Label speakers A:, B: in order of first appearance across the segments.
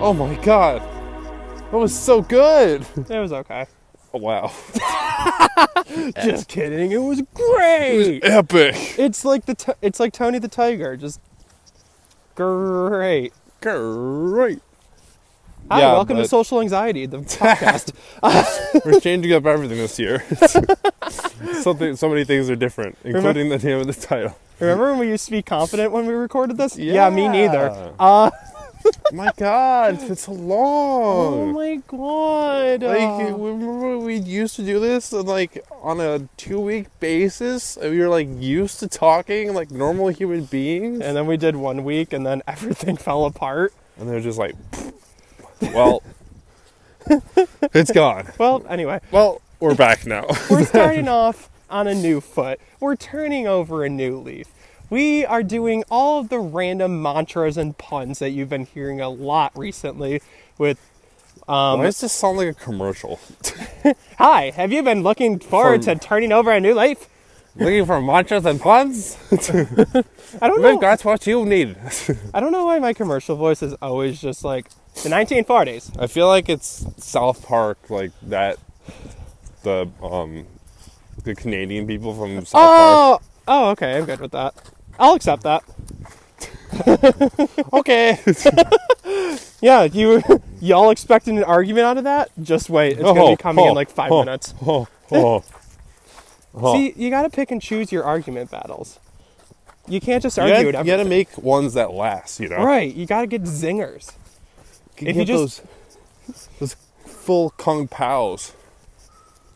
A: Oh my god. That was so good.
B: It was okay.
A: Oh, wow.
B: Just kidding. It was great.
A: Epic.
B: It's like the t- it's like Tony the Tiger. Just great.
A: Great.
B: Hi,
A: Yeah,
B: welcome to
A: but-
B: Social Anxiety, the podcast.
A: We're changing up everything this year. Something, so many things are different, including the name of the title.
B: Remember when we used to be confident when we recorded this? me neither. Uh,
A: My God, it's been so
B: oh
A: long.
B: my god.
A: like,
B: uh,
A: remember when we used to do this and like on a two-week basis, and we were like used to talking like normal human beings,
B: and then we did one week, and then everything fell apart.
A: and they're just like, well, it's gone.
B: Well, anyway,
A: Well, we're back now.
B: we're starting off on a new foot. We're turning over a new leaf. We are doing all of the random mantras and puns that you've been hearing a lot recently. With um,
A: Why does this sound like a commercial?
B: hi, have you been looking forward
A: From-
B: to turning over a new leaf?
A: Looking for mantras and puns?
B: I don't know.
A: Rick, that's what you need.
B: I don't know why my commercial voice is always just like the 1940s.
A: I feel like it's South Park, like that. The um, the Canadian people from South
B: Oh, oh, okay. I'm good with that. I'll accept that.
A: Park. Okay.
B: Yeah, you y'all expecting an argument out of that? Just wait. It's gonna be coming in like five
A: oh,
B: minutes.
A: Oh, oh, oh.
B: See, you gotta pick and choose your argument battles. You can't just
A: you
B: argue
A: gotta,
B: it.
A: you gotta make ones that last, you know.
B: right. You gotta get zingers.
A: Get,
B: If you
A: get
B: just-
A: those, those full kung paos.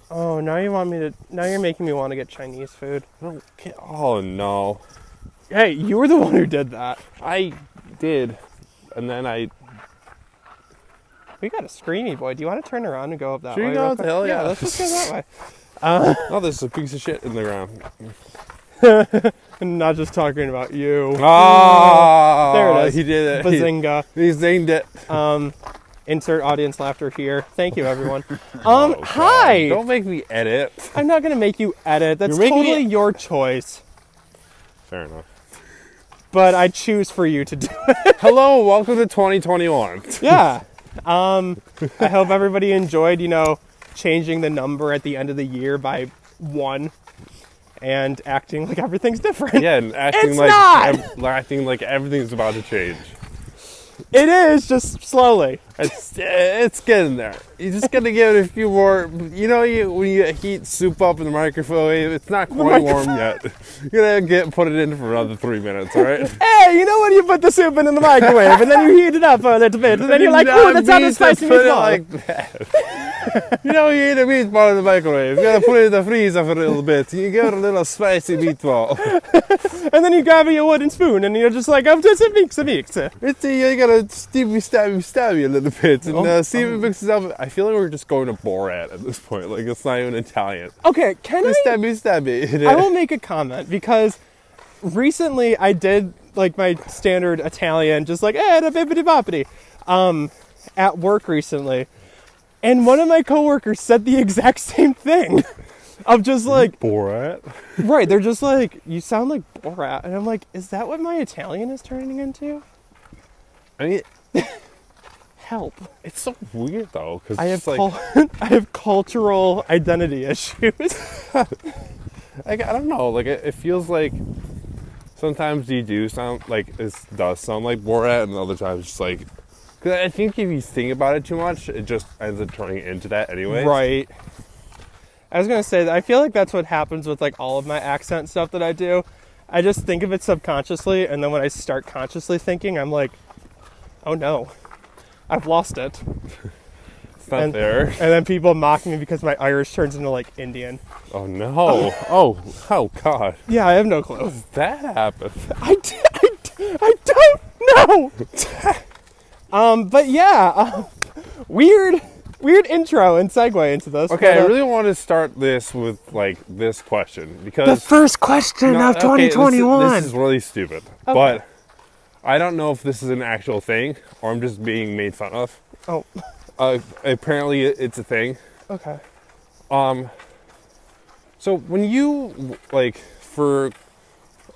B: Oh, now you want me to? Now you're making me want to get Chinese food.
A: I don't ca- Oh no,
B: Hey, you were the one who did that.
A: I did, and then I
B: We got a screamy boy. Do you want to turn around and go up that
A: Should we
B: way?
A: go
B: real
A: up the
B: quick?
A: hill?
B: Yeah,
A: Yeah.
B: let's just go that way.
A: oh, there's a piece of shit in the ground.
B: And not just talking about you.
A: Ah,
B: There it is.
A: He did it. He-
B: Bazinga.
A: He zinged it.
B: Um, insert audience laughter here. Thank you, everyone. Um,
A: Oh, God.
B: hi.
A: Don't make me edit.
B: I'm not gonna make you edit. That's
A: You're making
B: totally your choice.
A: Fair enough.
B: But I choose for you to do it.
A: Hello, welcome to 2021.
B: yeah. Um, I hope everybody enjoyed. You know, changing the number at the end of the year by one, and acting like everything's different.
A: Yeah, and acting
B: It's
A: like
B: not!
A: ev- acting like everything's about to change.
B: It is just slowly.
A: It's it's getting there. You just gotta give it a few more. You know, you when you heat soup up in the microwave, it's not quite warm yet. You're gonna get put it in for another three minutes. All right.
B: Hey, you know when you put the soup in, in the microwave and then you heat it up a little bit, and then you're like, "Ooh, that sounded
A: means to
B: spicy."
A: put it
B: meatball."
A: like that. you know, you eat a meatball in the microwave. You gotta put it in the freezer for a little bit. You give it a little spicy meatball.
B: And then you grab your wooden spoon and you're just like, I'm just a mix, a mix.
A: It's you gotta stabby, stabby, stabby a little bit, and
B: Oh,
A: uh, see if it mixes up. I feel like we're just going to Borat at this point. Like it's not even Italian.
B: Okay, can
A: Just
B: I?
A: Stabby, stabby.
B: I will make a comment because recently I did like my standard Italian, just like, eh, da bippity boppity, um, at work recently. And one of my coworkers said the exact same thing. Of just like,
A: Borat.
B: right, they're just like, you sound like Borat. And I'm like, is that what my Italian is turning into?
A: I mean,
B: Help.
A: it's so weird though, because
B: I have,
A: like,
B: cul- I have cultural identity issues.
A: like I don't know, like it, it feels like sometimes you do sound like it does sound like Borat, and other times it's just like. Cause I think if you think about it too much, it just ends up turning into that anyway.
B: Right. I was gonna say that I feel like that's what happens with like all of my accent stuff that I do. I just think of it subconsciously, and then when I start consciously thinking, I'm like, oh no, I've lost it.
A: It's not
B: And-
A: there.
B: And then people mock me because my Irish turns into like Indian.
A: Oh no. oh. Oh God.
B: Yeah, I have no clue.
A: That happened.
B: I, d- I, d- I don't know. um, but yeah, uh, weird, weird intro and segue into this.
A: Okay,
B: but,
A: I
B: uh,
A: really want to start this with like this question because
C: The first question
A: No,
C: of
A: okay, this is-
C: 2021.
A: This is, really stupid, but I don't know if this is an actual thing or I'm just being made fun of.
B: Oh,
A: Uh, apparently, it- it's a thing.
B: okay.
A: So when you like for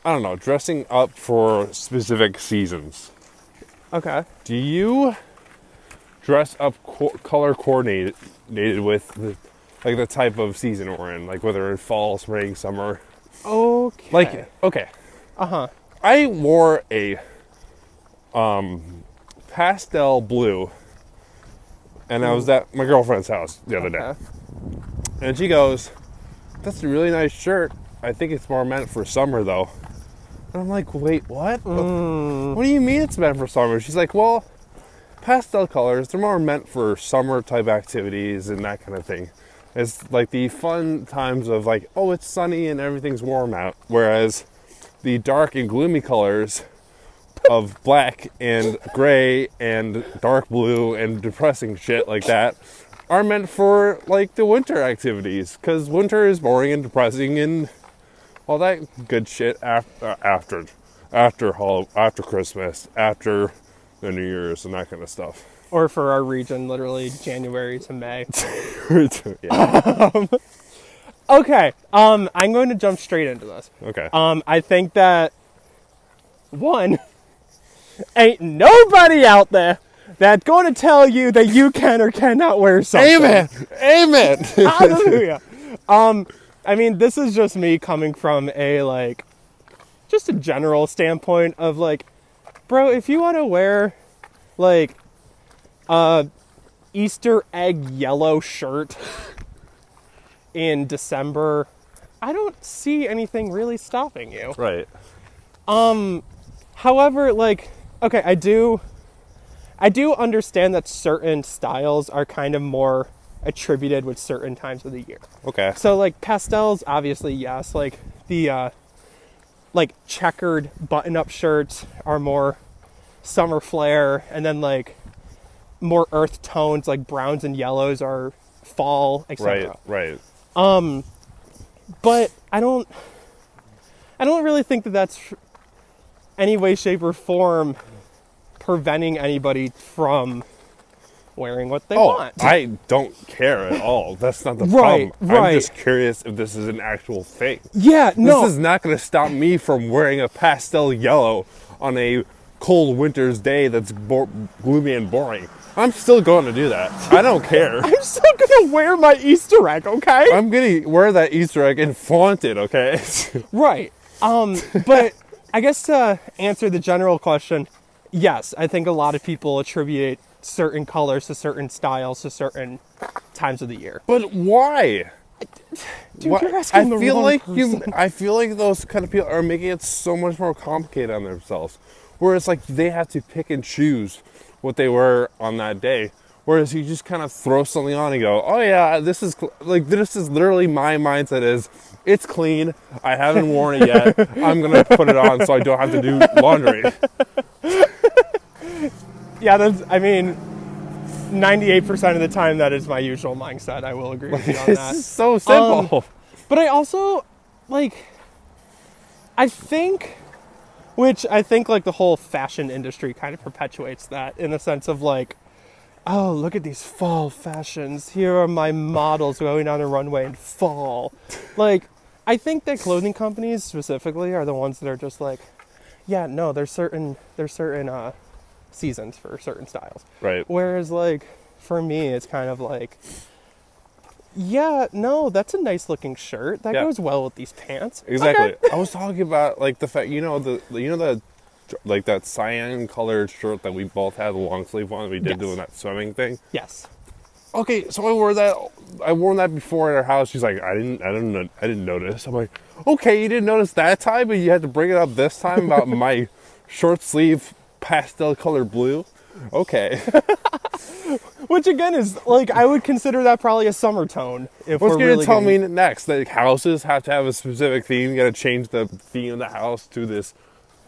A: I don't know dressing up for specific seasons,
B: Okay.
A: do you dress up co- color coordinated coordinated with the, like the type of season we're in, like whether in fall, spring, summer.
B: Okay.
A: Like okay,
B: uh huh.
A: I wore a um pastel blue and I was at my girlfriend's house the other day. And she goes, That's a really nice shirt. I think it's more meant for summer though. And I'm like, wait, what? What- What do you mean it's meant for summer? She's like, Well, pastel colors, they're more meant for summer type activities and that kind of thing. It's like the fun times of like, oh it's sunny and everything's warm out. Whereas the dark and gloomy colors of black and gray and dark blue and depressing shit like that are meant for like the winter activities because winter is boring and depressing and all that good shit after uh, after after Hall after Christmas after the New Year's and that kind of stuff.
B: Or for our region, literally January to May.
A: yeah.
B: okay. Um, I'm going to jump straight into this.
A: Okay.
B: Um, I think that one ain't nobody out there that's going to tell you that you can or cannot wear something.
A: Amen. Amen.
B: Hallelujah. um, I mean, this is just me coming from a like, just a general standpoint of like, bro, if you want to wear like, uh, Easter egg yellow shirt in December, I don't see anything really stopping you.
A: right.
B: However, like, okay, I do, I do understand that certain styles are kind of more attributed with certain times of the year.
A: Okay.
B: So like pastels, obviously yes. Like the uh, like checkered button-up shirts are more summer flair, and then like more earth tones like browns and yellows are fall, etc.
A: right. Right.
B: But I don't, I don't really think that that's any way, shape, or form preventing anybody from wearing what they
A: Oh,
B: want.
A: I don't care at all. That's not the
B: Right,
A: problem.
B: right.
A: I'm just curious if this is an actual thing.
B: yeah, no.
A: This is not going to stop me from wearing a pastel yellow on a cold winter's day that's bo- gloomy and boring. I'm still going to do that. I don't care.
B: I'm still gonna wear my Easter egg, okay?
A: I'm going to wear that Easter egg and flaunt it, okay?
B: Right. Um, but I guess to answer the general question, yes, I think a lot of people attribute certain colors to certain styles to certain times of the year.
A: but why?
B: Dude,
A: Why-
B: you're asking
A: I
B: the
A: feel
B: wrong
A: like you.
B: person.
A: I feel like those kind of people are making it so much more complicated on themselves. Whereas, like they have to pick and choose what they wear on that day. Whereas you just kind of throw something on and go, "Oh yeah, this is cl-" like this is literally my mindset is it's clean. I haven't worn it yet. I'm gonna put it on so I don't have to do laundry."
B: Yeah, that's, I mean, 98% of the time that is my usual mindset. I will agree with you on
A: This is
B: that.
A: so simple.
B: But I also, like, I think, which I think, like, the whole fashion industry kind of perpetuates that in the sense of, like, oh, look at these fall fashions. Here are my models going on a runway in fall. Like, I think that clothing companies specifically are the ones that are just like, yeah, no, there's certain there's certain uh, seasons for certain styles.
A: right.
B: Whereas, like, for me, it's kind of like, yeah, no, that's a nice looking shirt. That
A: Yeah.
B: goes well with these pants.
A: Exactly.
B: Okay.
A: I was talking about like the fact you know the you know the like that cyan colored shirt that we both had the long sleeve on we did
B: Yes.
A: doing that swimming thing.
B: Uh, Yes.
A: Okay, so I wore that I wore that before at our house. She's like, I didn't I didn't no- I didn't notice. I'm like, okay, you didn't notice that time, but you had to bring it up this time about my short sleeve pastel colored blue. Okay.
B: Which again is like I would consider that probably a summer tone. If
A: What's
B: we're
A: gonna
B: really
A: tell
B: getting-
A: me next that houses have to have a specific theme? You gotta change the theme of the house to this,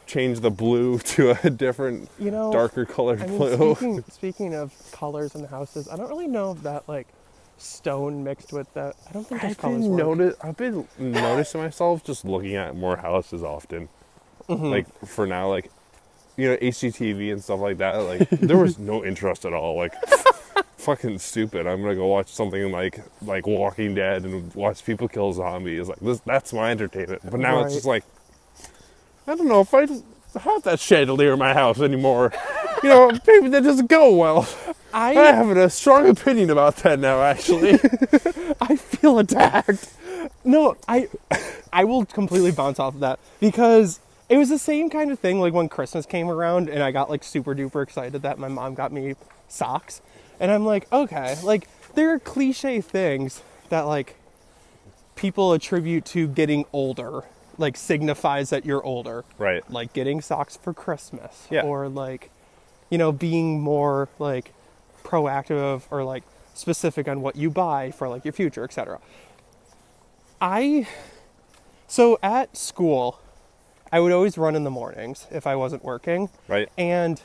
A: change the blue to a different,
B: You know,
A: darker colored
B: I mean,
A: blue.
B: speaking, speaking of colors in the houses, I don't really know if that like stone mixed with that. I don't think those
A: I've
B: colors
A: been
B: work.
A: notice. I've been noticing myself just looking at more houses often. Like for now, like you know, HGTV and stuff like that. Like there was no interest at all. Like fucking stupid. I'm gonna go watch something like like Walking Dead and watch people kill zombies. Like this, that's my entertainment. But now it's just like I don't know if I have that chandelier in my house anymore. you know, maybe that doesn't go well. I
B: I
A: have a strong opinion about that now, actually.
B: I feel attacked. No, I I will completely bounce off of that because it was the same kind of thing like when Christmas came around and I got like super duper excited that my mom got me socks. And I'm like, okay, like there are cliche things that like people attribute to getting older, like signifies that you're older.
A: Right.
B: Like getting socks for Christmas
A: Yeah.
B: or like you know, being more like proactive or like specific on what you buy for like your future, etc. I so at school, I would always run in the mornings if I wasn't working.
A: right.
B: And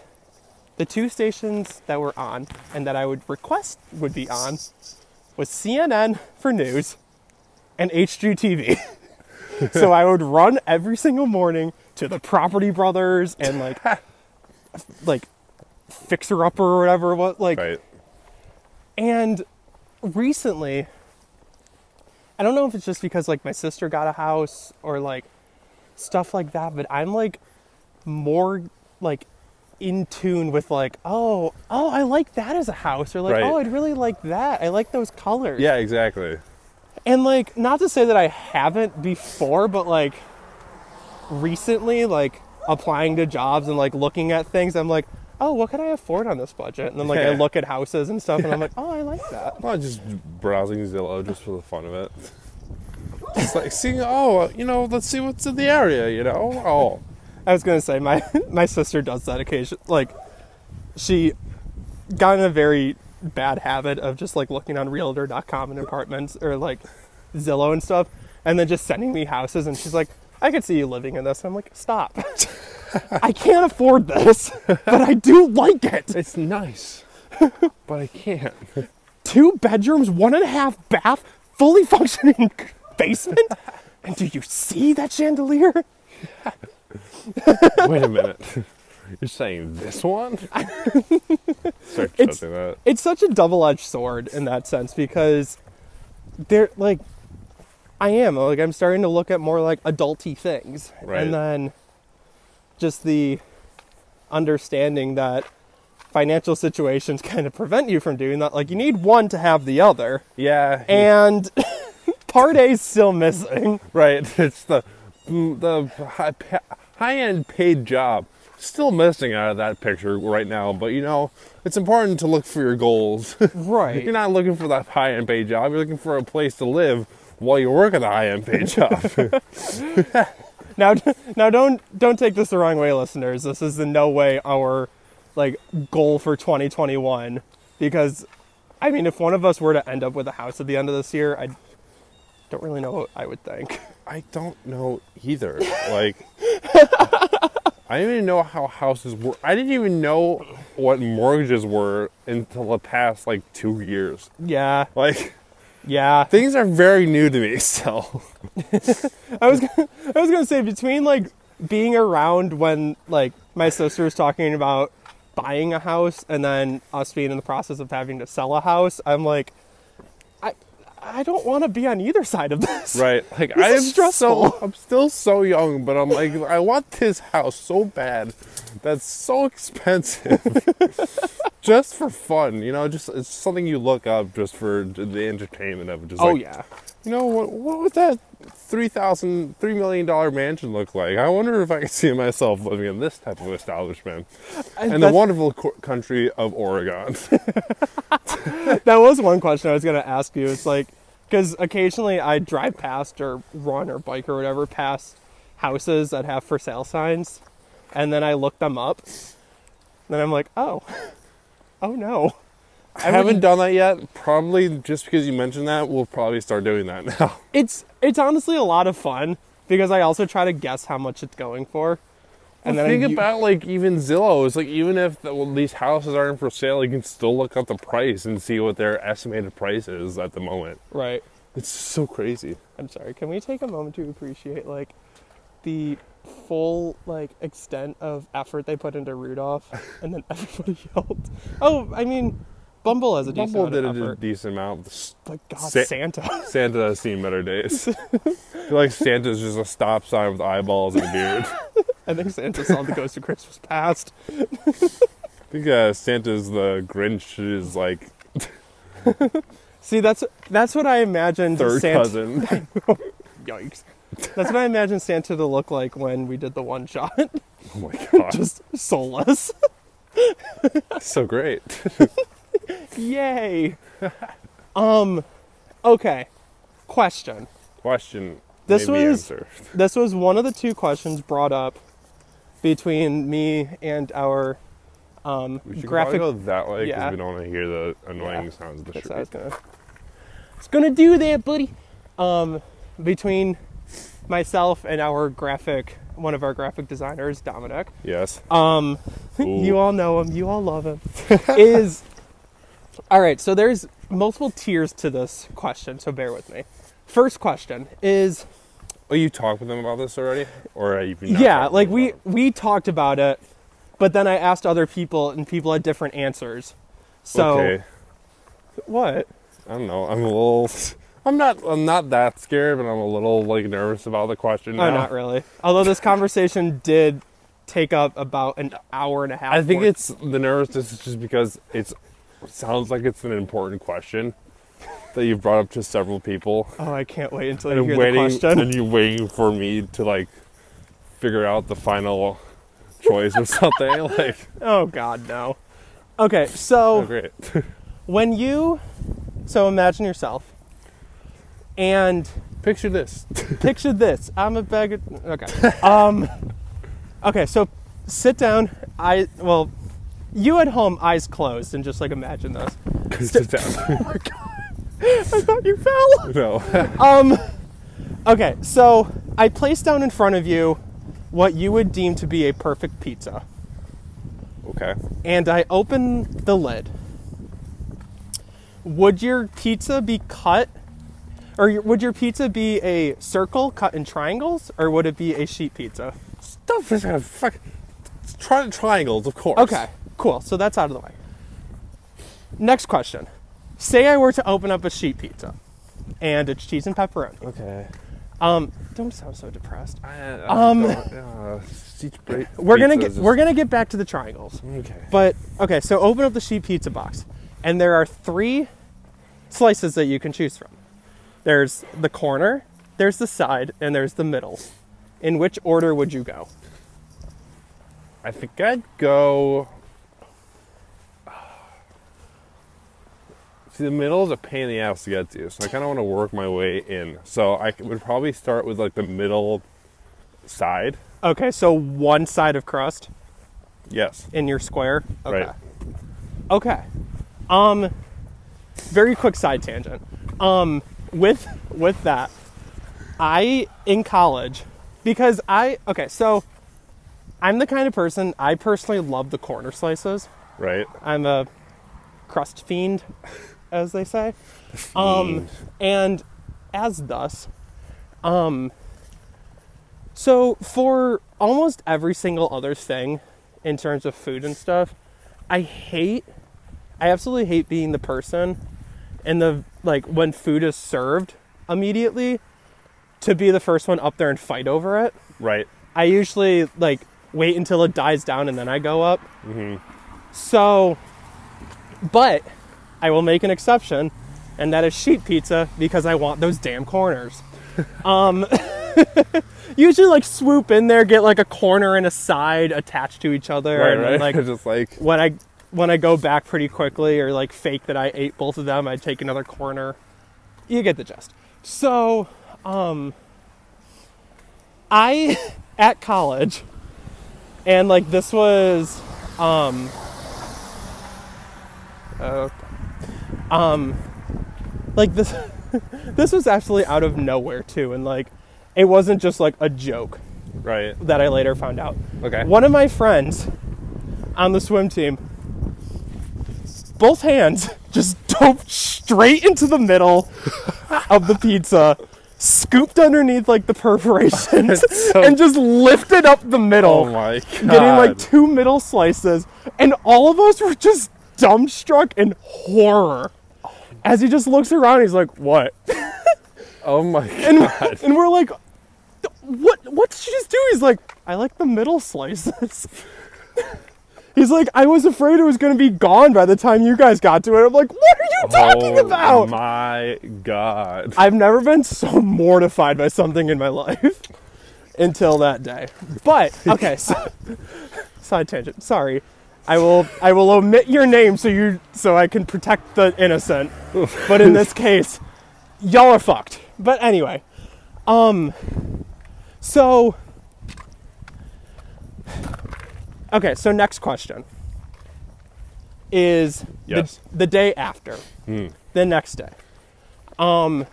B: the two stations that were on and that I would request would be on was CNN for news and HGTV. so I would run every single morning to the Property Brothers and like like Fixer Upper or whatever it was like
A: Right.
B: and recently, I don't know if it's just because like my sister got a house or like stuff like that, but I'm like more like in tune with like, oh, oh, I like that as a house, or like,
A: Right.
B: oh, I'd really like that. I like those colors.
A: Yeah, exactly.
B: And like, not to say that I haven't before, but like recently, like applying to jobs and like looking at things, I'm like, oh, what can I afford on this budget? And then like I
A: Yeah.
B: look at houses and stuff, and I'm like, oh, I like that.
A: I'm not just browsing Zillow just for the fun of it. Just like seeing, oh, you know, let's see what's in the area, you know? Oh.
B: I was gonna say my my sister does that occasion. Like, she got in a very bad habit of just like looking on Realtor.com and apartments or like Zillow and stuff, and then just sending me houses. And she's like, "I could see you living in this." And I'm like, "Stop! I can't afford this, but I do like it.
A: It's nice, but I can't.
B: Two bedrooms, one and a half bath, fully functioning basement. And do you see that chandelier?"
A: Wait a minute. You're saying this one? Start
B: It's-
A: judging that.
B: it's such a double-edged sword in that sense because they're like i am like i'm starting to look at more like adulty things
A: Right.
B: and then just the understanding that financial situations kind of prevent you from doing that like you need one to have the other
A: Yeah.
B: and part a's still missing
A: right. It's the the high, high end paid job. Still missing out of that picture right now, but you know, it's important to look for your goals.
B: right
A: You're not looking for that high end paid job. You're looking for a place to live while you work at a high end paid job.
B: now now don't don't take this the wrong way listeners this is in no way our like goal for 2021 because i mean if one of us were to end up with a house at the end of this year i don't really know what i would think
A: I don't know either. Like, I didn't even know how houses work. I didn't even know what mortgages were until the past like two years.
B: yeah
A: Like,
B: yeah
A: things are very new to me still.
B: i was gonna, i was gonna say between like being around when like my sister was talking about buying a house and then us being in the process of having to sell a house i'm like i i don't want to be on either side of this
A: Right. Like
B: This
A: I
B: is
A: am
B: stressful.
A: so I'm still so young, but I'm like I want this house so bad. That's so expensive. just for fun, you know, just it's something you look up just for the entertainment of it. Just
B: oh
A: like,
B: yeah
A: You know what what would that 3000 $3 million dollar mansion look like? I wonder if I could see myself living in this type of establishment in the
B: that's-
A: wonderful co- country of Oregon.
B: that was one question I was gonna ask you. It's like, because occasionally I drive past or run or bike or whatever past houses that have for sale signs, and then I look them up. Then I'm like, oh, oh no,
A: I haven't done that yet. Probably just because you mentioned that, we'll probably start doing that now.
B: it's it's honestly a lot of fun because I also try to guess how much it's going for. And
A: Well,
B: I
A: think
B: u-
A: about like even Zillow. It's like even if the, well, these houses aren't for sale, you can still look up the price and see what their estimated price is at the moment.
B: right.
A: It's so crazy.
B: I'm sorry. Can we take a moment to appreciate like the full like extent of effort they put into Rudolph, and then everybody yelled. Oh, I mean, Bumble has a decent
A: Bumble did
B: amount of
A: a
B: effort,
A: decent amount. S-
B: but God,
A: Sa-
B: Santa.
A: Santa has seen better days. I feel like Santa's just a stop sign with eyeballs and a beard.
B: I think Santa saw the ghost of Christmas past.
A: think uh, Santa's the Grinch is like
B: See, that's that's what I imagined
A: third
B: Santa.
A: cousin.
B: Yikes. That's what I imagined Santa to look like when we did the one shot.
A: oh my god,
B: Just soulless.
A: so great.
B: Yay. um okay. Question.
A: Question.
B: This
A: maybe
B: was-
A: answer.
B: This was one of the two questions brought up between me and our um
A: We should
B: graphic
A: probably go that way because
B: Yeah.
A: we don't want to hear the annoying
B: Yeah.
A: sounds of the
B: That's how I was
A: street.
B: gonna. It's gonna do that, buddy. Um, between myself and our graphic, one of our graphic designers, Dominic.
A: Yes.
B: Um,
A: Ooh.
B: you all know him. You all love him. is all right. So there's multiple tiers to this question. So bear with me. First question is
A: Oh, you talked with them about this already, or uh, you?
B: yeah, like we we talked about it, but then I asked other people, and people had different answers. So
A: okay.
B: what?
A: I don't know. I'm a little. I'm not. I'm not that scared, but I'm a little like nervous about the question.
B: Oh,
A: now.
B: not really. Although this conversation did take up about an hour and a half.
A: I think
B: worth-
A: it's the nervousness is just because it's sounds like it's an important question that you've brought up to several people.
B: Oh, I can't wait until
A: And
B: you
A: I'm
B: hear
A: waiting,
B: the question.
A: and you're waiting for me to like figure out the final choice or something. like,
B: Oh God, no. Okay,
A: oh,
B: so
A: great.
B: when you, so imagine yourself, and
A: Picture this.
B: picture this. I'm a bag of okay. Um, okay, so sit down. I well, you at home, eyes closed, and just like imagine this.
A: Sit down.
B: I thought you fell.
A: no.
B: Um, okay, so I placed down in front of you what you would deem to be a perfect pizza,
A: okay.
B: and I open the lid. Would your pizza be cut, or your- would your pizza be a circle cut in triangles, or would it be a sheet pizza?
A: Stuff is gonna fuck. Try triangles, of course.
B: Okay, cool. So that's out of the way. Next question. Say I were to open up a sheet pizza, and it's cheese and pepperoni.
A: Okay.
B: Um, don't sound so depressed.
A: I, uh,
B: Um, We're gonna get we're gonna get back to the triangles.
A: Okay.
B: But okay, so open up the sheet pizza box, and there are three slices that you can choose from. There's the corner, there's the side, and there's the middle. In which order would you go?
A: I think I'd go. See, the middle is a pain in the ass to get to, so I kind of want to work my way in. So I c- would probably start with like the middle side.
B: Okay, so one side of crust
A: Yes.
B: in your square. Okay.
A: Right.
B: Okay. Um very quick side tangent. Um with with that, I in college because I okay, so I'm the kind of person I personally love the corner slices.
A: Right.
B: I'm a crust fiend, as they say. Um, and as thus, um, so for almost every single other thing in terms of food and stuff, I hate, I absolutely hate being the person and the like when food is served immediately to be the first one up there and fight over it.
A: Right.
B: I usually like wait until it dies down and then I go up.
A: Mm-hmm.
B: So, but I will make an exception, and that is sheet pizza because I want those damn corners. um, usually like swoop in there, get like a corner and a side attached to each other,
A: Right.
B: and then,
A: Right.
B: like
A: just like
B: when I when I go back pretty quickly or like fake that I ate both of them, I take another corner. You get the gist. So, um I at college and like this was um uh, um like this this was actually out of nowhere too and like it wasn't just like a joke
A: right.
B: that I later found out.
A: Okay.
B: One of my friends on the swim team, both hands just dove straight into the middle of the pizza, scooped underneath like the perforations,
A: So-
B: and just lifted up the
A: Oh
B: middle,
A: my god.
B: getting like two middle slices. And all of us were just dumbstruck in horror. As he just looks around, he's like, What?
A: oh my
B: And,
A: god.
B: and we're like, what? What did you just do? He's like, I like the middle slices. He's like, I was afraid it was going to be gone by the time you guys got to it. I'm like, what are you talking
A: oh,
B: about?
A: My God.
B: I've never been so mortified by something in my life until that day. But okay, so, side tangent. Sorry, I will I will omit your name so you so I can protect the innocent. But in this case, y'all are fucked. But anyway, um, so okay, so next question is
A: Yes.
B: the, the day after the next day Um,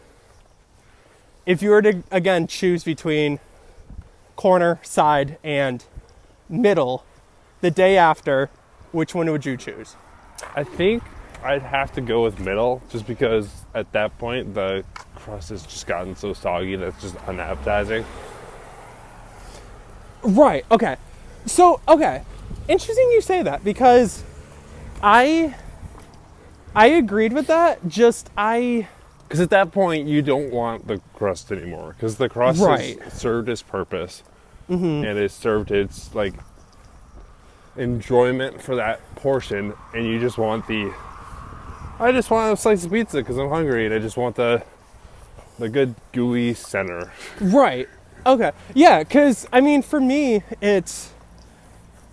B: if you were to again choose between corner, side, and middle, the day after, which one would you choose?
A: I think I'd have to go with middle just because at that point the crust has just gotten so soggy that's just unappetizing.
B: Right. Okay. So okay, interesting you say that because I I agreed with that. Just I
A: Because at that point you don't want the crust anymore because the crust
B: Right. Mm-hmm.
A: has served its purpose and it's served its like enjoyment for that portion and you just want the I just want a slice of pizza because I'm hungry and I just want the the good gooey center.
B: Right. Okay. Yeah, because, I mean, for me, it's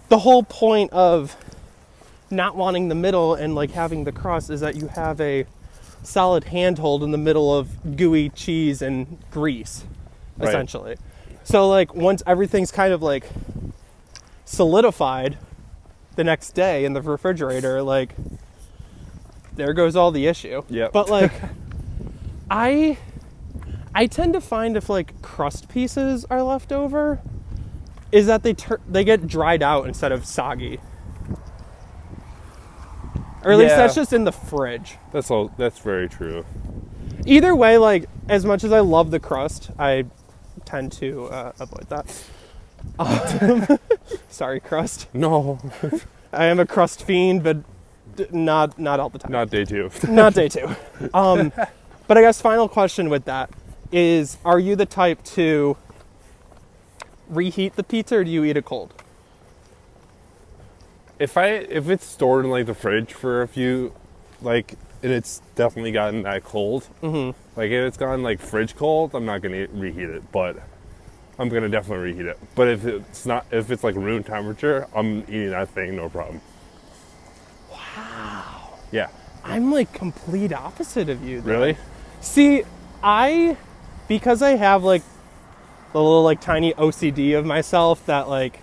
B: the whole point of not wanting the middle and like having the cross is that you have a solid handhold in the middle of gooey cheese and grease,
A: Right.
B: essentially. So, like, once everything's kind of like solidified the next day in the refrigerator, like, there goes all the issue.
A: Yep.
B: But, like, I. I tend to find if like crust pieces are left over, is that they tur- they get dried out instead of soggy. Or at least
A: Yeah.
B: that's just in the fridge.
A: That's all. That's very true.
B: Either way, like as much as I love the crust, I tend to uh, avoid that. Um, sorry, crust.
A: No,
B: I am a crust fiend, but d- not not all the time.
A: not day two.
B: not day two. Um, but I guess final question with that is: Are you the type to reheat the pizza, or do you eat it cold?
A: if I if it's stored in like the fridge for a few, like and it's definitely gotten that cold. Mm-hmm. Like if it's gone like fridge cold, I'm not gonna reheat it, but I'm gonna definitely reheat it. But if it's not, if it's like room temperature, I'm eating that thing no problem. Wow. Yeah.
B: I'm like complete opposite of you. then.
A: Really?
B: See, I because I have like the little like tiny OCD of myself that like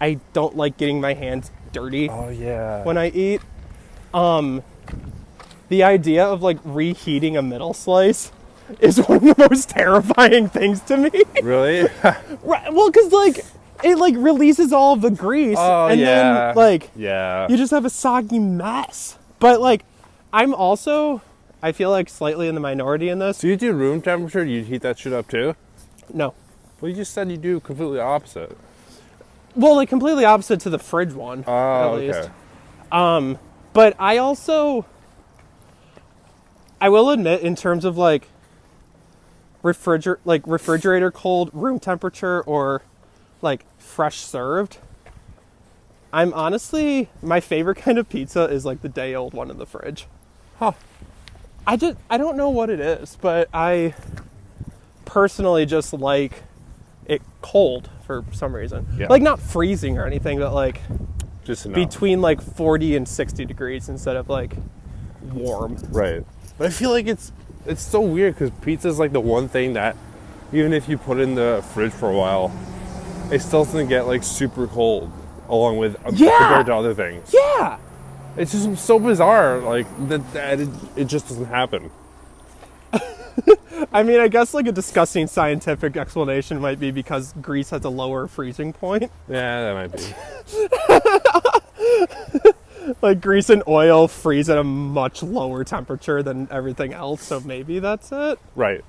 B: I don't like getting my hands dirty.
A: Oh yeah.
B: when I eat. Um, the idea of like reheating a middle slice is one of the most terrifying things to me.
A: really?
B: right, well, because like it like releases all of the grease,
A: oh
B: and
A: yeah.
B: then like
A: yeah.
B: you just have a soggy mess. But like, I'm also I feel like slightly in the minority in this.
A: do you do room temperature? You heat that shit up too?
B: No,
A: Well, you just said you do completely opposite.
B: well, like completely opposite to the fridge one.
A: Oh,
B: at least.
A: okay.
B: But I also, I will admit, in terms of like refriger like refrigerator cold room temperature or like fresh served, I'm honestly my favorite kind of pizza is like the day old one in the fridge.
A: Huh.
B: I just I don't know what it is, but I personally just like it cold for some reason.
A: Yeah.
B: Like not freezing or anything, but like
A: Just enough.
B: between like 40 and 60 degrees instead of like warm.
A: Right. But I feel like it's it's so weird because pizza's like the one thing that even if you put it in the fridge for a while, it still doesn't get like super cold along with
B: Yeah!
A: compared to other things.
B: Yeah.
A: It's just so bizarre, like that, that it, it just doesn't happen.
B: I mean, I guess like a disgusting scientific explanation might be because Greece has a lower freezing point.
A: Yeah, that might be.
B: Like grease and oil freeze at a much lower temperature than everything else, so maybe that's it.
A: Right.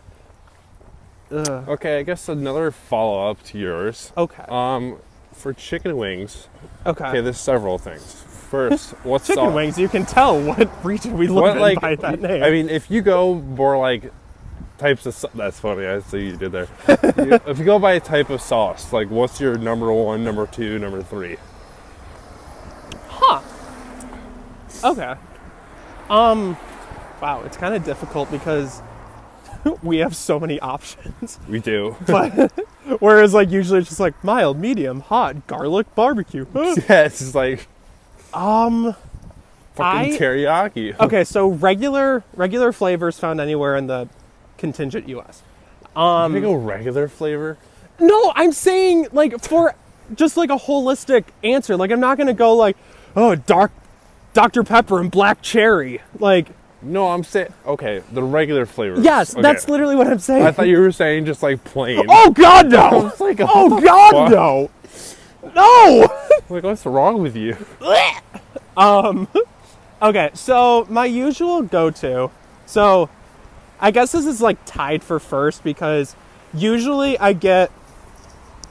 B: Ugh.
A: Okay, I guess another follow up to yours.
B: Okay.
A: Um, for chicken wings.
B: okay.
A: Okay, there's several things. First, what's
B: Chicken
A: sauce?
B: wings, you can tell what region we live
A: What
B: in
A: like?
B: by that name.
A: I mean, if you go more like types of sau- that's funny. I see you did there. You- if you go by type of sauce, like what's your number one, number two, number three?
B: Okay. Um, wow, it's kind of difficult because we have so many options.
A: We do.
B: But whereas, like, usually it's just like mild, medium, hot, garlic, barbecue.
A: yeah, it's just like
B: um,
A: fucking
B: I- Um,
A: teriyaki.
B: okay, so regular regular flavors found anywhere in the contingent U.S.
A: I'm gonna go regular flavor.
B: No, I'm saying like for just like a holistic answer. Like, I'm not gonna go like, oh, dark Dr Pepper and black cherry. Like,
A: No, I'm saying okay, the regular flavor.
B: yes, that's literally what I'm saying.
A: I thought you were saying just like plain.
B: Oh God, no!
A: was like,
B: oh God,
A: fuck?
B: no! No!
A: Like what's wrong with you?
B: okay, so my usual go-to. So, I guess this is like tied for first because usually I get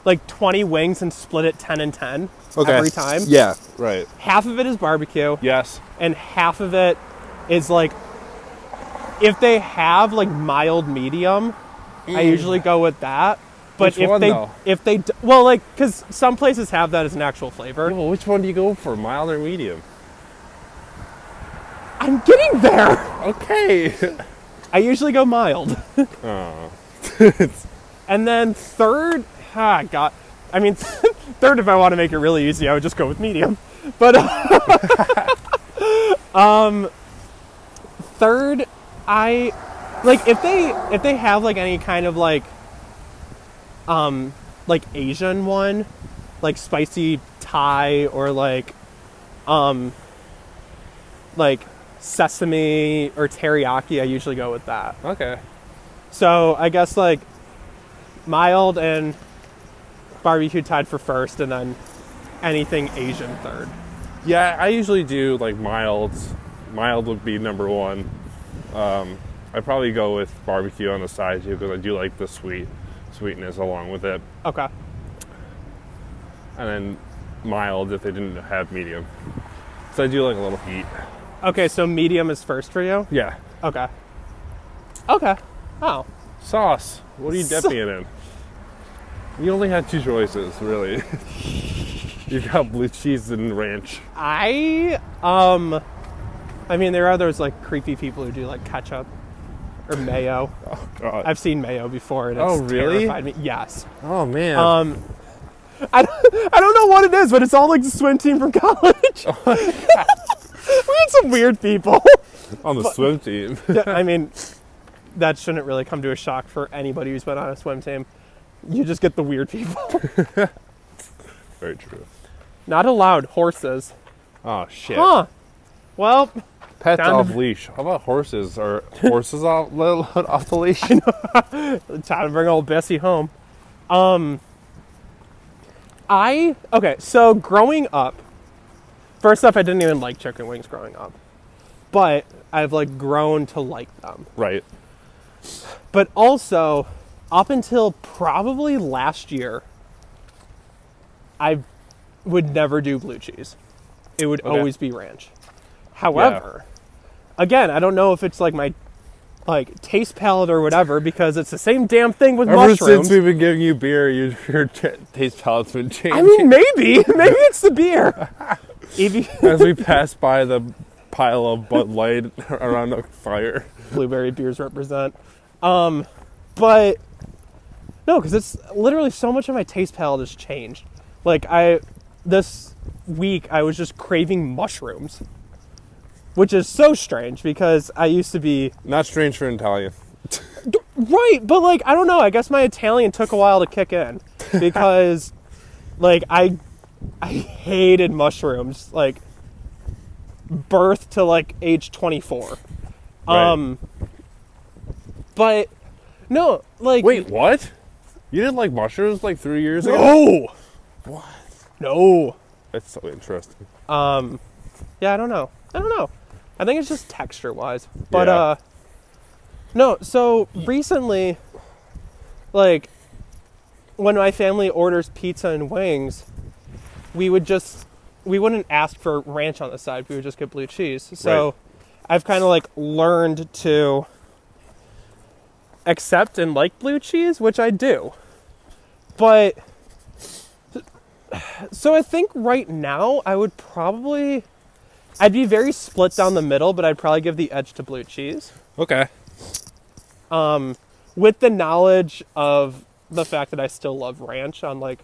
B: like 20 wings and split it 10 and 10 every time.
A: Yeah. Right.
B: Half of it is barbecue,
A: Yes.
B: and half of it is like if they have like mild medium, I
A: Mm.
B: usually go with that. But
A: Which
B: if
A: one,
B: they
A: though?
B: if they d- well like because some places have that as an actual flavor.
A: Yeah, well, which one do you go for, mild or medium?
B: I'm getting there.
A: Okay.
B: I usually go mild.
A: oh.
B: And then third, ah, God. I mean, third, if I want to make it really easy, I would just go with medium. But, um, third, I, like, if they, if they have, like, any kind of, like, um, like Asian one, like spicy Thai or, like, um, like sesame or teriyaki, I usually go with that.
A: Okay.
B: So I guess like mild and barbecue tied for first, and then anything Asian third.
A: Yeah, I usually do like mild. Mild would be number one. Um, I probably go with barbecue on the side too because I do like the sweet sweetness along with it,
B: Okay.
A: and then mild if they didn't have medium. So I do like a little heat.
B: Okay, so medium is first for you.
A: Yeah.
B: Okay. Okay. Oh.
A: Sauce. What are you
B: Sa-
A: dipping it in? You only had two choices, really. you got blue cheese and ranch.
B: I um, I mean there are those like creepy people who do like ketchup or mayo.
A: Oh god.
B: I've seen mayo before, and it's
A: Oh, really?
B: terrified me. Yes.
A: oh man.
B: Um. I don't, I don't know what it is, but it's all like the swim team from college. we had some weird people.
A: on the swim team.
B: Yeah, I mean, that shouldn't really come to a shock for anybody who's been on a swim team. You just get the weird people.
A: Very true.
B: Not allowed horses.
A: Oh shit.
B: Huh. Well,
A: Pets
B: Down to-
A: off leash. How about horses? Are horses off let alone off the leash?
B: time to bring old Bessie home. Um, I okay. So growing up, first off, I didn't even like chicken wings growing up, but I've like grown to like them.
A: right.
B: but also up until probably last year i would never do blue cheese it would
A: Okay.
B: always be ranch however again i don't know if it's like my like taste palette or whatever because it's the same damn thing with
A: Ever
B: mushrooms
A: since we've been giving you beer, your, your t- taste palate's been changing.
B: i mean maybe maybe it's the beer If you-
A: As we pass by the pile of Bud Light around the fire.
B: blueberry beers represent um but No, because it's literally so much of my taste palette has changed. Like I, this week I was just craving mushrooms, which is so strange because I used to be
A: Not strange for an Italian.
B: right, but like I don't know. I guess my Italian took a while to kick in because, like I, I hated mushrooms like birth to like age twenty four.
A: Right.
B: Um, but no, like
A: Wait, what? You didn't like mushrooms like three years ago?
B: No. What? No.
A: That's so interesting.
B: Um, yeah, I don't know. I don't know. I think it's just texture wise. But
A: Yeah.
B: uh, no. So recently, like when my family orders pizza and wings, we would just we wouldn't ask for ranch on the side. We would just get blue cheese. So
A: Right.
B: I've kind of like learned to accept and like blue cheese, which I do. But so I think right now I would probably I'd be very split down the middle, but I'd probably give the edge to blue cheese
A: Okay.
B: with the knowledge of the fact that I still love ranch on like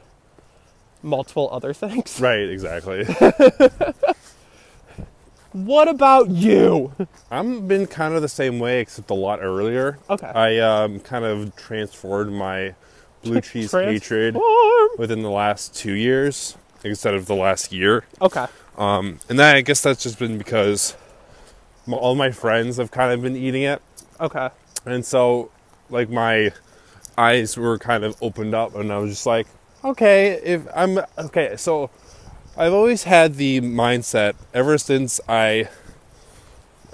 B: multiple other things.
A: Right, exactly.
B: What about you?
A: I'm been kind of the same way, except a lot earlier.
B: Okay.
A: I um, kind of transformed my blue cheese hatred
B: Transform.
A: within the last two years instead of the last year.
B: Okay.
A: Um, and then I guess that's just been because m all my friends have kind of been eating it,
B: Okay.
A: and so like my eyes were kind of opened up, and I was just like, okay, if I'm okay, so I've always had the mindset ever since I,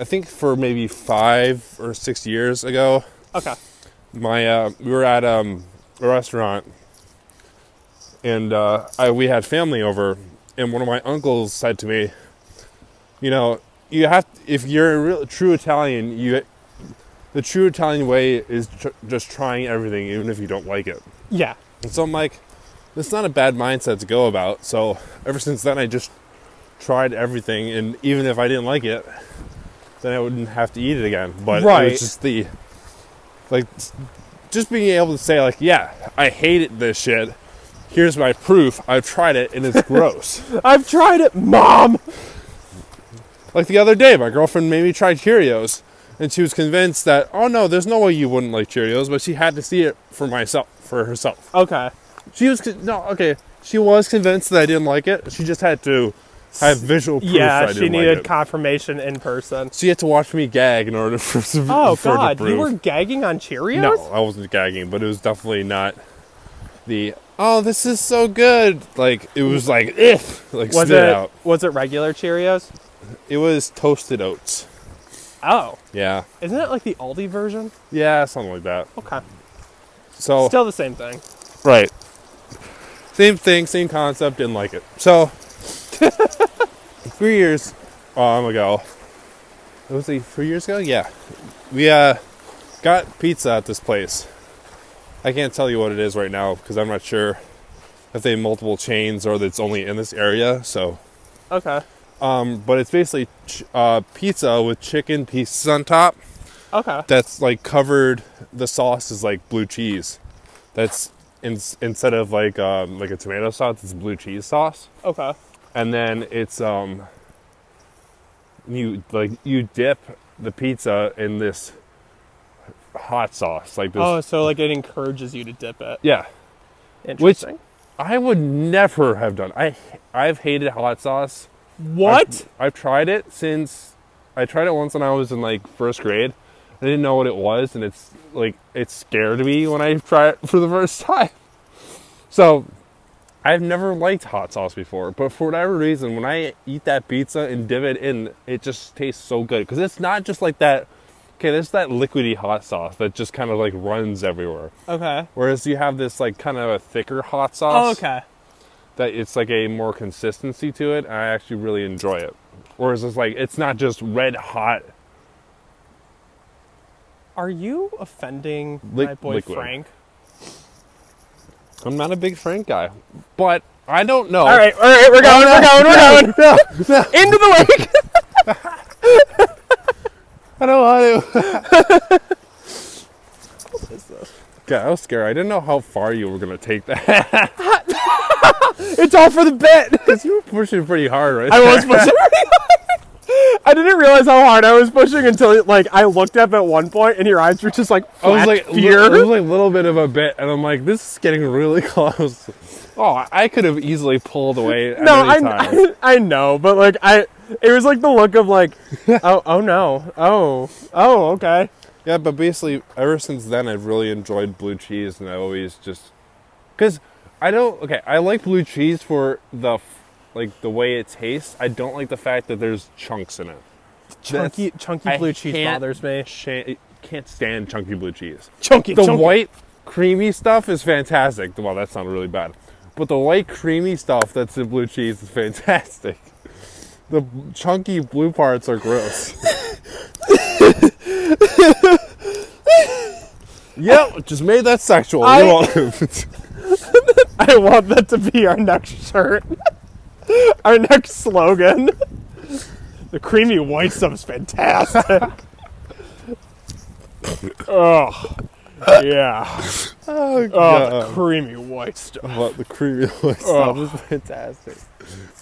A: I think for maybe five or six years ago,
B: Okay.
A: my uh, we were at um, a restaurant and uh, I, we had family over and one of my uncles said to me you know you have if you're a real, true italian you the true italian way is tr- just trying everything even if you don't like it
B: Yeah.
A: and so i'm like it's not a bad mindset to go about so ever since then i just tried everything and even if i didn't like it then i wouldn't have to eat it again but it
B: Right.
A: was just the like s- just being able to say like yeah i hated this shit here's my proof i've tried it and it's gross
B: I've tried it, mom.
A: like the other day my girlfriend made me try cheerios and she was convinced that oh no there's no way you wouldn't like cheerios but she had to see it for myself for herself
B: Okay.
A: she was con- no okay she was convinced that i didn't like it she just had to have visual proof that I
B: Yeah,
A: didn't
B: she
A: like
B: needed
A: it.
B: confirmation in person.
A: so you had to watch me gag in order for,
B: Oh
A: for her to
B: god,
A: prove
B: you were gagging on Cheerios?
A: No, I wasn't gagging, but it was definitely not the oh, this is so good. Like it was like ugh, like
B: Was
A: spit
B: it
A: out.
B: was it regular Cheerios?
A: It was toasted oats.
B: Oh.
A: Yeah,
B: Isn't it like the Aldi version?
A: yeah, something like that.
B: Okay.
A: So
B: Still the same thing.
A: right, same thing, same concept. Didn't like it. So three years um, ago, it was like three years ago. Yeah, we uh got pizza at this place. I can't tell you what it is right now because I'm not sure if they have multiple chains or that it's only in this area. So
B: Okay.
A: Um, but it's basically ch- uh, pizza with chicken pieces on top.
B: Okay.
A: That's like covered. The sauce is like blue cheese. That's in, instead of like um, like a tomato sauce, it's blue cheese sauce.
B: Okay.
A: And then it's um, you like you dip the pizza in this hot sauce like this.
B: Oh, so like it encourages you to dip it.
A: Yeah,
B: Interesting.
A: I would never have done. I I've hated hot sauce.
B: what?
A: I've, I've tried it since I tried it once when I was in like first grade. I didn't know what it was, and it's like it scared me when I tried it for the first time. So I've never liked hot sauce before, but for whatever reason, when I eat that pizza and dip it in, it just tastes so good because it's not just like that. Okay, there's that liquidy hot sauce that just kind of like runs everywhere.
B: Okay.
A: Whereas you have this like kind of a thicker hot
B: Oh,
A: sauce
B: okay.
A: that it's like a more consistency to it. And I actually really enjoy it. Whereas it's like it's not just red hot.
B: Are you offending
A: Li-
B: my boy
A: liquid.
B: Frank?
A: I'm not a big Frank guy, but I don't know.
B: All right, all right, we're going, we're going, we're going. Into the lake.
A: I don't want to. God, that was scary. I didn't know how far you were gonna take that.
B: It's all for the bit.
A: Cause you were pushing pretty hard, right?
B: I
A: there.
B: was pushing. I didn't realize how hard I was pushing until like I looked up at one point and your eyes were just like
A: I was
B: flat
A: like,
B: fear.
A: Li- it was like a little bit of a bit, and I'm like, this is getting really close. Oh, I could have easily pulled away. At any
B: no, I,
A: time.
B: I I know, but like I it was like the look of like oh oh no oh oh okay
A: Yeah, but basically, ever since then, I've really enjoyed blue cheese, and I always just because I don't. Okay, I like blue cheese for the f- like the way it tastes. I don't like the fact that there's chunks in it.
B: chunky chunky
A: I
B: blue cheese
A: can't
B: bothers me
A: Shan- can't stand chunky blue cheese.
B: chunky
A: The
B: chunky.
A: white creamy stuff is fantastic. Well, that sounded really bad, but the white creamy stuff that's in blue cheese is fantastic. The chunky blue parts are gross. yep, just made that sexual. You're
B: I-
A: welcome.
B: I want that to be our next shirt. our next slogan. The creamy white stuff is fantastic. oh, yeah.
A: Oh,
B: Oh, the creamy white stuff.
A: uh, But the creamy white stuff
B: Oh.
A: is fantastic.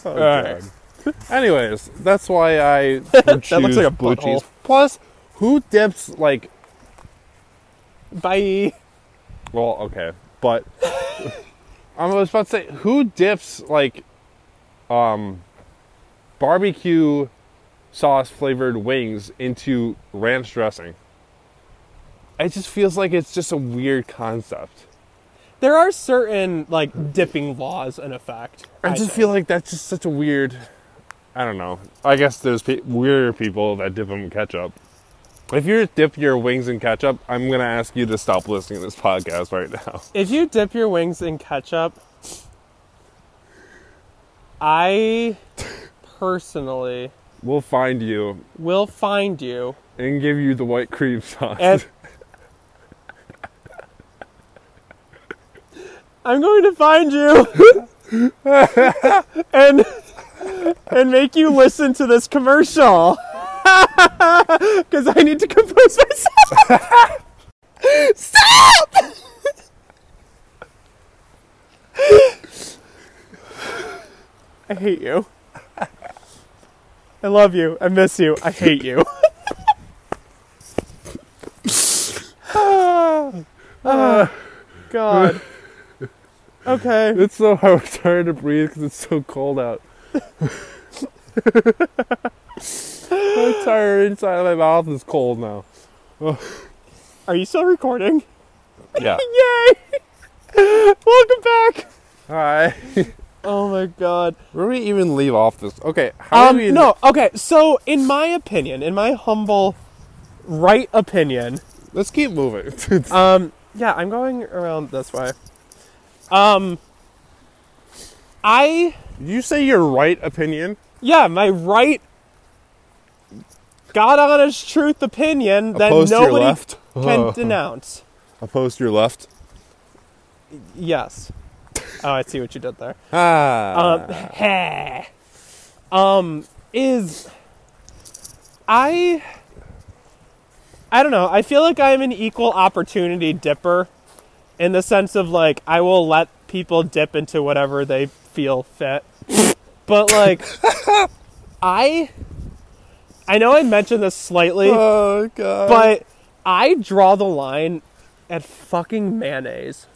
A: Oh,
B: Alright.
A: God. Anyways, that's why I would choose
B: That looks like a
A: blue
B: butthole.
A: cheese. Plus, who dips like?
B: Bye.
A: Well, okay, but I was about to say who dips like, um, barbecue sauce flavored wings into ranch dressing. It just feels like it's just a weird concept.
B: There are certain like dipping laws in effect.
A: I just feel like that's just such a weird. I don't know. I guess there's pe- weirder people that dip them in ketchup. If you dip your wings in ketchup, I'm gonna ask you to stop listening to this podcast right now.
B: if you dip your wings in ketchup, I personally
A: We'll find you
B: will find you
A: and give you the white cream sauce.
B: and I'm going to find you and and make you listen to this commercial because I need to compose myself. Stop! I hate you. I love you. I miss you. I hate you. Ah, ah, God. Okay.
A: it's so hard it's hard to breathe because it's so cold out. my entire inside of my mouth is cold now.
B: Are you still recording?
A: Yeah.
B: Yay! Welcome back.
A: All right.
B: Oh my God.
A: Where do we even leave off this? Okay. How do we
B: Um, no. Okay. So, in my opinion, in my humble, right opinion,
A: Let's keep moving.
B: um, yeah, I'm going around this way. Um, I
A: you say your right opinion?
B: yeah, my right. God honest truth opinion that
A: Opposed to your
B: nobody
A: left? Oh.
B: can denounce.
A: Opposed to your left?
B: Yes. Oh, I see what you did there.
A: Ah.
B: Um, um, is I I don't know. I feel like I'm an equal opportunity dipper in the sense of like I will let people dip into whatever they feel fit. but like I I know I mentioned this slightly,
A: oh, God.
B: but I draw the line at fucking mayonnaise.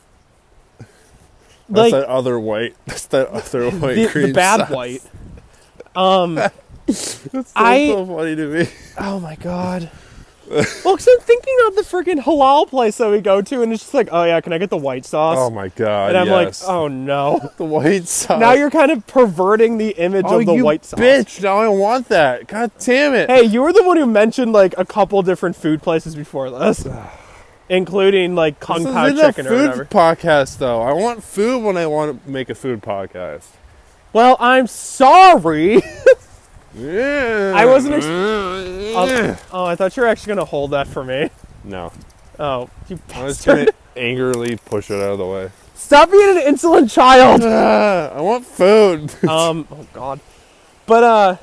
A: that's that other white. That's that other white
B: the,
A: cream
B: the bad
A: sauce.
B: white. Um.
A: That's so,
B: I-
A: so funny to me.
B: oh my god. well, because I'm thinking of the freaking halal place that we go to, and it's just like, oh yeah, can I get the white sauce?
A: Oh, my God.
B: and I'm
A: yes.
B: like, oh no.
A: The white sauce.
B: Now you're kind of perverting the image
A: oh,
B: of the
A: you
B: white sauce.
A: bitch. Now I want that. God damn it.
B: Hey, you were the one who mentioned like a couple different food places before this, including like
A: this
B: Kung Pao
A: isn't a
B: chicken or
A: food
B: whatever.
A: podcast, though. I want food when I want to make a food podcast.
B: Well, I'm sorry.
A: Yeah.
B: I wasn't ex-
A: Yeah.
B: oh, I thought you were actually gonna hold that for me.
A: no.
B: Oh, you
A: I was
B: bastard.
A: going to angrily push it out of the way.
B: Stop being an insolent child.
A: Ah, I want food.
B: um oh god but uh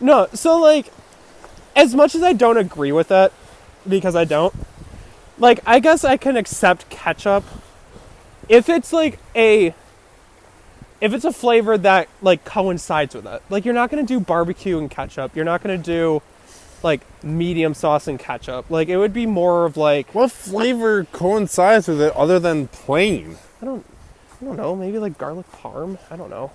B: no so like as much as i don't agree with it because i don't like i guess i can accept ketchup if it's like a if it's a flavor that like coincides with it like you're not gonna do barbecue and ketchup you're not gonna do like medium sauce and ketchup like it would be more of like
A: What flavor coincides with it other than plain?
B: I don't, I don't know. Maybe like garlic parm. I don't know.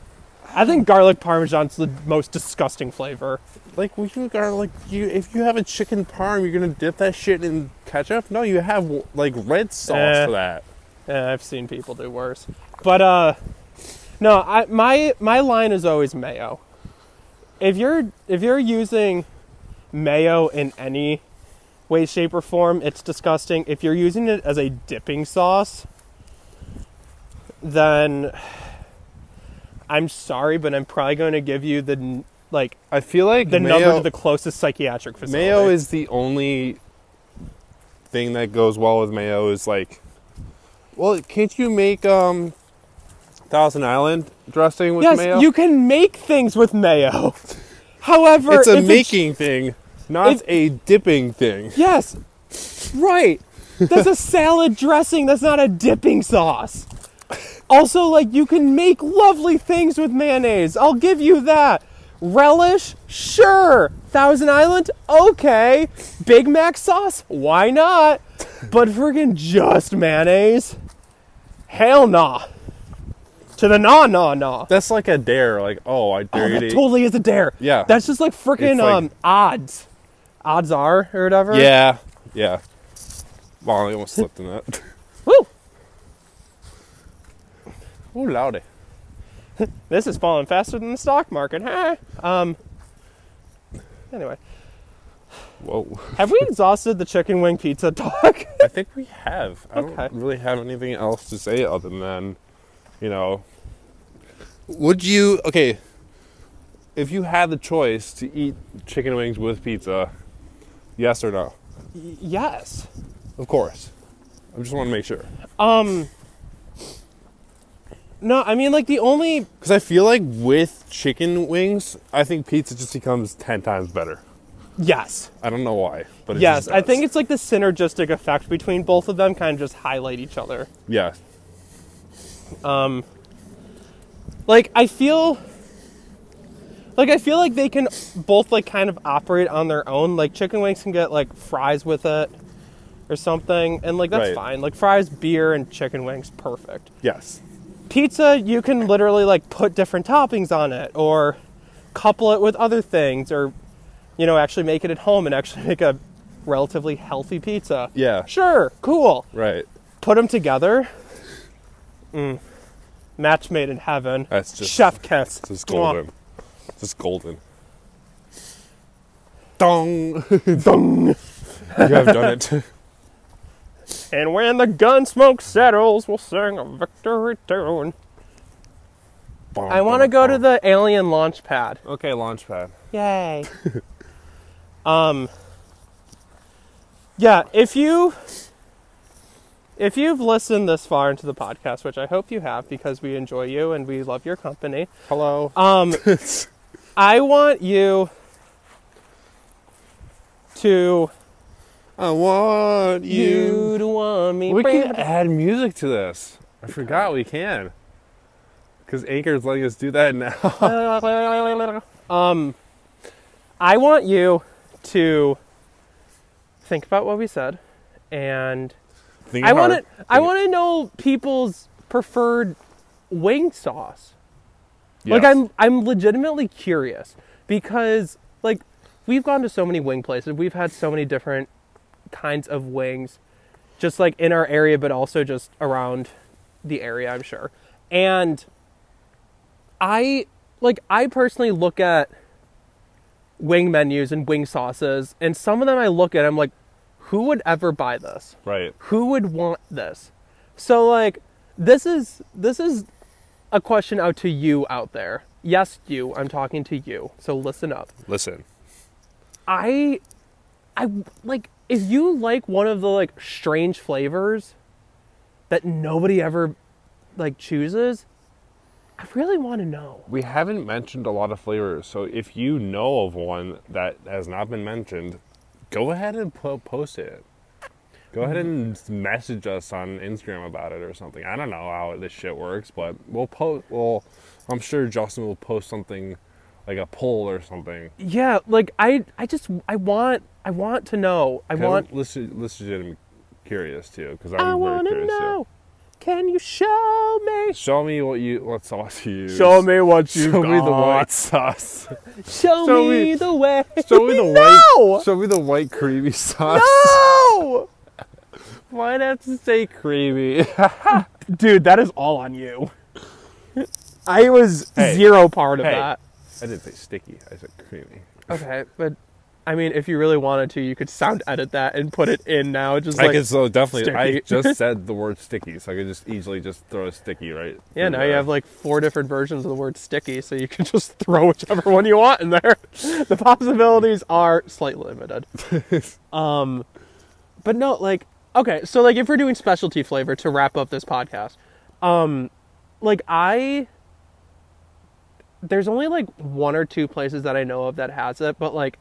B: I think garlic parmesan's the most disgusting flavor.
A: Like we you are like you if you have a chicken parm, you're gonna dip that shit in ketchup. No, you have like red sauce
B: Eh.
A: for that.
B: Eh, I've seen people do worse. But uh, no, I my my line is always mayo. If you're if you're using mayo in any way, shape, or form, it's disgusting. If you're using it as a dipping sauce, then I'm sorry, but I'm probably going to give you the n- like
A: I feel like
B: the number
A: mayo,
B: to the closest psychiatric facility.
A: mayo is the only thing that goes well with mayo is like, well, can't you make um Thousand Island dressing with
B: yes,
A: mayo?
B: you can make things with mayo. However,
A: it's a
B: if
A: making thing, not
B: It-
A: a dipping thing.
B: Yes. Right. That's a salad dressing. That's not a dipping sauce. Also, like, you can make lovely things with mayonnaise. I'll give you that. Relish? Sure. Thousand Island? Okay. Big Mac sauce? Why not? But friggin' just mayonnaise? Hell nah. To the nah, nah, nah.
A: That's like a dare. Like, oh, I dare
B: Oh,
A: you
B: that
A: to eat-
B: totally is a dare.
A: Yeah.
B: That's just like freaking
A: It's like-
B: um odds. Odds are or whatever.
A: Yeah, yeah. Wow, I almost slipped in that.
B: Woo!
A: Ooh, loudy.
B: this is falling faster than the stock market. Huh? Um. Anyway,
A: Whoa.
B: have we exhausted the chicken wing pizza talk?
A: I think we have. I
B: Okay.
A: don't really have anything else to say other than, you know. Would you okay? If you had the choice to eat chicken wings with pizza, yes or no?
B: Y- yes.
A: Of course. I just want to make sure
B: Um. No, I mean like the only
A: because I feel like with chicken wings, I think pizza just becomes ten times better.
B: yes,
A: I don't know why, but it
B: yes.
A: just
B: I
A: does.
B: think it's like the synergistic effect between both of them kind of just highlight each other.
A: yeah,
B: Um, like I feel, like I feel like they can both like kind of operate on their own. Like chicken wings can get like fries with it, or something, and like that's
A: Right.
B: fine. Like fries, beer, and chicken wings, perfect.
A: yes,
B: Pizza, you can literally like put different toppings on it, or couple it with other things, or you know actually make it at home and actually make a relatively healthy pizza.
A: yeah,
B: Sure, cool
A: right.
B: put them together. Mm. Match made in heaven.
A: That's just-
B: chef kiss.
A: This is golden. This is golden. Dong.
B: Dung.
A: you have done it.
B: And when the gun smoke settles, we'll sing a victory tune. I want to go to the alien launch pad.
A: Okay, launchpad.
B: Yay. um. Yeah, if you if you've listened this far into the podcast, which I hope you have because we enjoy you and we love your company,
A: Hello.
B: Um, I want you to
A: I want you.
B: to want me.
A: We can add music to this. I forgot we can. Because Anchor's letting us do that now.
B: um, I want you to think about what we said, and
A: Think
B: I want
A: hard.
B: to I
A: Think-
B: want to know people's preferred wing sauce. Like
A: Yes.
B: I'm I'm legitimately curious because like we've gone to so many wing places. We've had so many different kinds of wings just like in our area but also just around the area, I'm sure. And I like I personally look at wing menus and wing sauces and some of them I look at I'm like who would ever buy this?
A: Right.
B: who would want this so like this is this is a question out to you out there yes you i'm talking to you so listen up
A: Listen.
B: i i like if you like one of the like strange flavors that nobody ever like chooses i really want to know
A: We haven't mentioned a lot of flavors, so if you know of one that has not been mentioned, go ahead and po- post it. Go ahead and message us on Instagram about it or something. I don't know how this shit works, but we'll post. Well, I'm sure Justin will post something like a poll or something.
B: yeah like i i just i want i want to know i
A: 'Cause
B: want
A: I'm legi- legitimately curious too, because
B: i
A: I'm very
B: want to
A: curious. too.
B: know can you show me
A: Show me what you what sauce you use.
B: me what
A: Show me the white sauce.
B: Show,
A: Show
B: me,
A: me-
B: the way.
A: Show me the
B: No!
A: white. Show me the white creamy sauce.
B: No!
A: Why'd I have to say creamy?
B: Dude, that is all on you. I was
A: Hey.
B: zero part of
A: Hey.
B: that.
A: I didn't say sticky. I said creamy.
B: Okay, but I mean, if you really wanted to, you could sound edit that and put it in now. Just
A: I
B: like,
A: could so definitely. I
B: sticky.
A: just said the word sticky, so I could just easily just throw a sticky right.
B: yeah,
A: through
B: now
A: there.
B: you have like four different versions of the word sticky, so you can just throw whichever one you want in there. The possibilities are slightly limited. um, but no, like, okay, so like if we're doing specialty flavor to wrap up this podcast, um, like I there's only like one or two places that I know of that has it, but like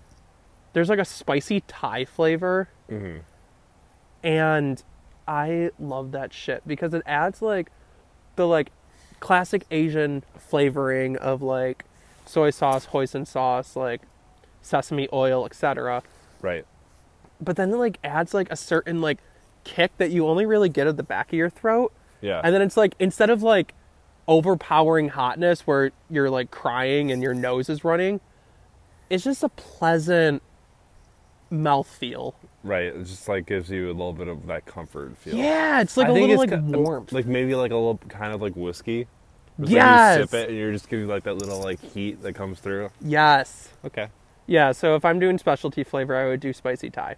B: there's like a spicy Thai flavor. And I love that shit because it adds like the like classic Asian flavoring of like soy sauce, hoisin sauce, like sesame oil, etc.
A: Right.
B: But then it like adds like a certain like kick that you only really get at the back of your throat.
A: Yeah.
B: And then it's like instead of like overpowering hotness where you're like crying and your nose is running, it's just a pleasant mouthfeel.
A: right. It just like gives you a little bit of that comfort feel.
B: Yeah, it's like
A: I
B: a
A: think
B: little like
A: it's ki-
B: warmth.
A: Like maybe like a little kind of like whiskey. It's
B: yes.
A: Like you sip it and you're just giving like that little like heat that comes through.
B: Yes.
A: Okay.
B: Yeah, so if I'm doing specialty flavor, I would do spicy Thai.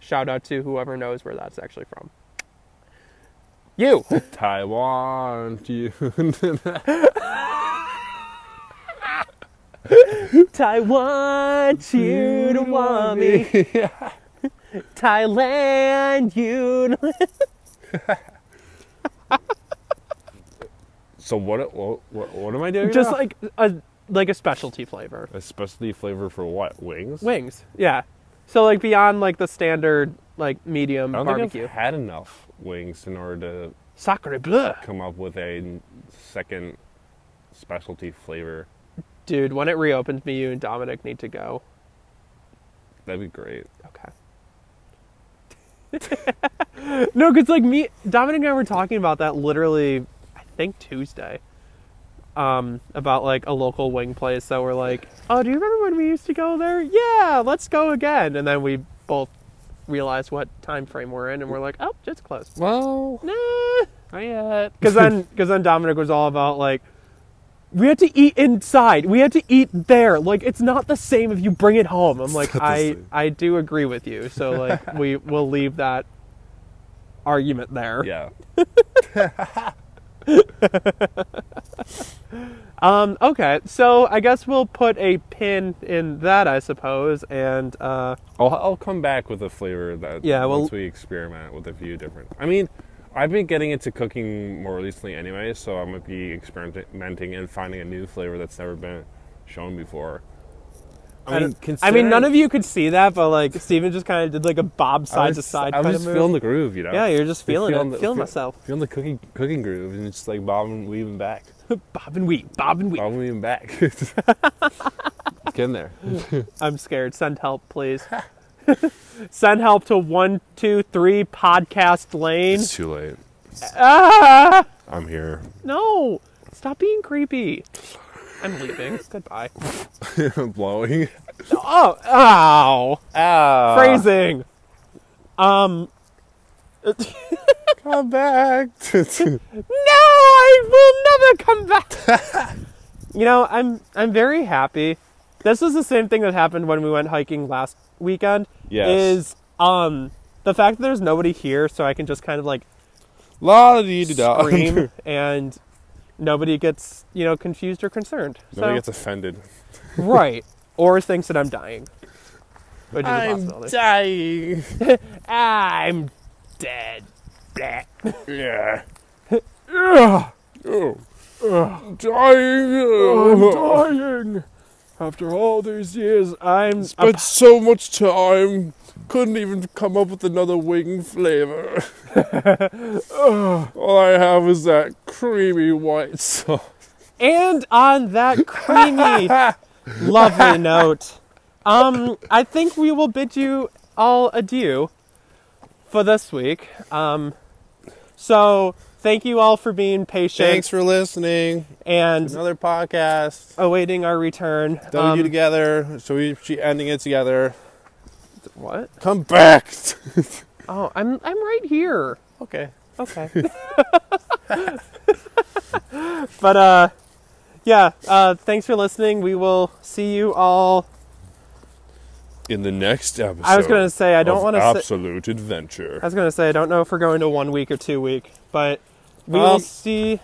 B: Shout out to whoever knows where that's actually from. You.
A: Taiwan to you.
B: I want you to want me. Thailand, you.
A: so what, what what what am I doing?
B: Just
A: now?
B: like a like a specialty flavor.
A: a specialty flavor for what? Wings?
B: Wings. Yeah. So like beyond like the standard like medium
A: I don't
B: barbecue.
A: think I've had enough wings in order to
B: Sacre bleu.
A: come up with a second specialty flavor.
B: Dude, when it reopens, me, you, and Dominic need to go.
A: That'd be great.
B: Okay. no, because like me, Dominic and I were talking about that literally, I think Tuesday, um, about like a local wing place that we're like, oh, do you remember when we used to go there? Yeah, let's go again. And then we both realized what time frame we're in, and we're like, oh, it's closed.
A: Well,
B: Nah.
A: not yet.
B: Because then, because then Dominic was all about like, we had to eat inside. We had to eat there. Like it's not the same if you bring it home. I'm like,
A: not the
B: I
A: same.
B: I do agree with you. So like we will leave that argument there.
A: Yeah.
B: Um. Okay. So I guess we'll put a pin in that, I suppose, and uh,
A: I'll, I'll come back with a flavor that
B: Yeah, well-
A: once we experiment with a few different. I mean, I've been getting into cooking more recently anyway, so I'm gonna be experimenting and finding a new flavor that's never been shown before.
B: I, don't- I mean, none of you could see that, but like Steven just kind of did like a bob
A: I
B: side
A: was-
B: to side
A: I was
B: kind of
A: just
B: move.
A: feeling the groove, you know.
B: Yeah, you're just feeling it, feeling
A: feel-
B: myself.
A: feeling the cooking cooking groove, and it's just like bobbing, weaving back,
B: bob and wheat, bob and wheat.
A: bobbing, weaving back. Just Get in there.
B: I'm scared. Send help, please. Send help to one two three podcast lane.
A: It's too late.
B: Ah!
A: I'm here.
B: No! Stop being creepy. I'm leaving. Goodbye.
A: I'm blowing.
B: Oh! Ow! Ah!
A: Ow.
B: Phrasing.
A: Come back.
B: No! I will never come back. you know, I'm I'm very happy. This is the same thing that happened when we went hiking last weekend.
A: Yes.
B: Is um the fact that there's nobody here, so I can just kind of like
A: La dee da.
B: scream and nobody gets you know confused or concerned
A: Nobody
B: so,
A: gets offended.
B: right or thinks that i'm dying which is a possibility
A: dying.
B: i'm dead Bleh.
A: Yeah. Oh. Dying.
B: dying after all these years i'm a-
A: Spent so much time. Couldn't even come up with another wing flavor. All I have is that creamy white sauce.
B: and on that creamy lovely note um i think we will bid you all adieu for this week um so thank you all for being patient
A: Thanks for listening.
B: and
A: Another podcast.
B: awaiting our return.
A: W
B: Um,
A: together. So we she ending it together.
B: what?
A: Come back.
B: Oh, I'm I'm right here.
A: okay.
B: Okay. but uh yeah, uh thanks for listening. We will see you all.
A: In the next episode.
B: I was going to say I don't
A: of
B: want to say,
A: absolute adventure.
B: I was going to say I don't know if we're going to one week or two week, but we will
A: Um,
B: see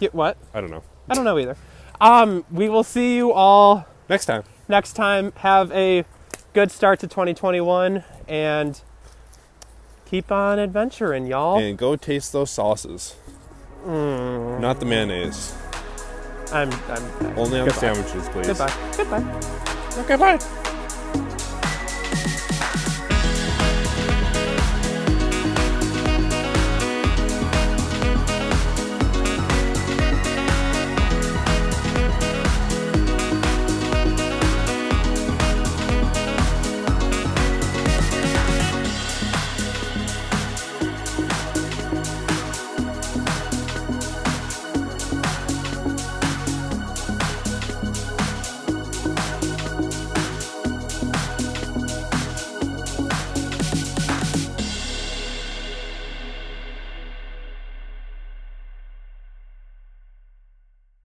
B: yeah, what?
A: I don't know.
B: I don't know either. Um we will see you all
A: Next time.
B: next time. Have a good start to 2021 and keep on adventuring, y'all. Mm.
A: And go taste those sauces. Not the mayonnaise. I'm. I'm
B: Only on
A: goodbye.
B: sandwiches, please.
A: Goodbye. Goodbye.
B: Okay, bye.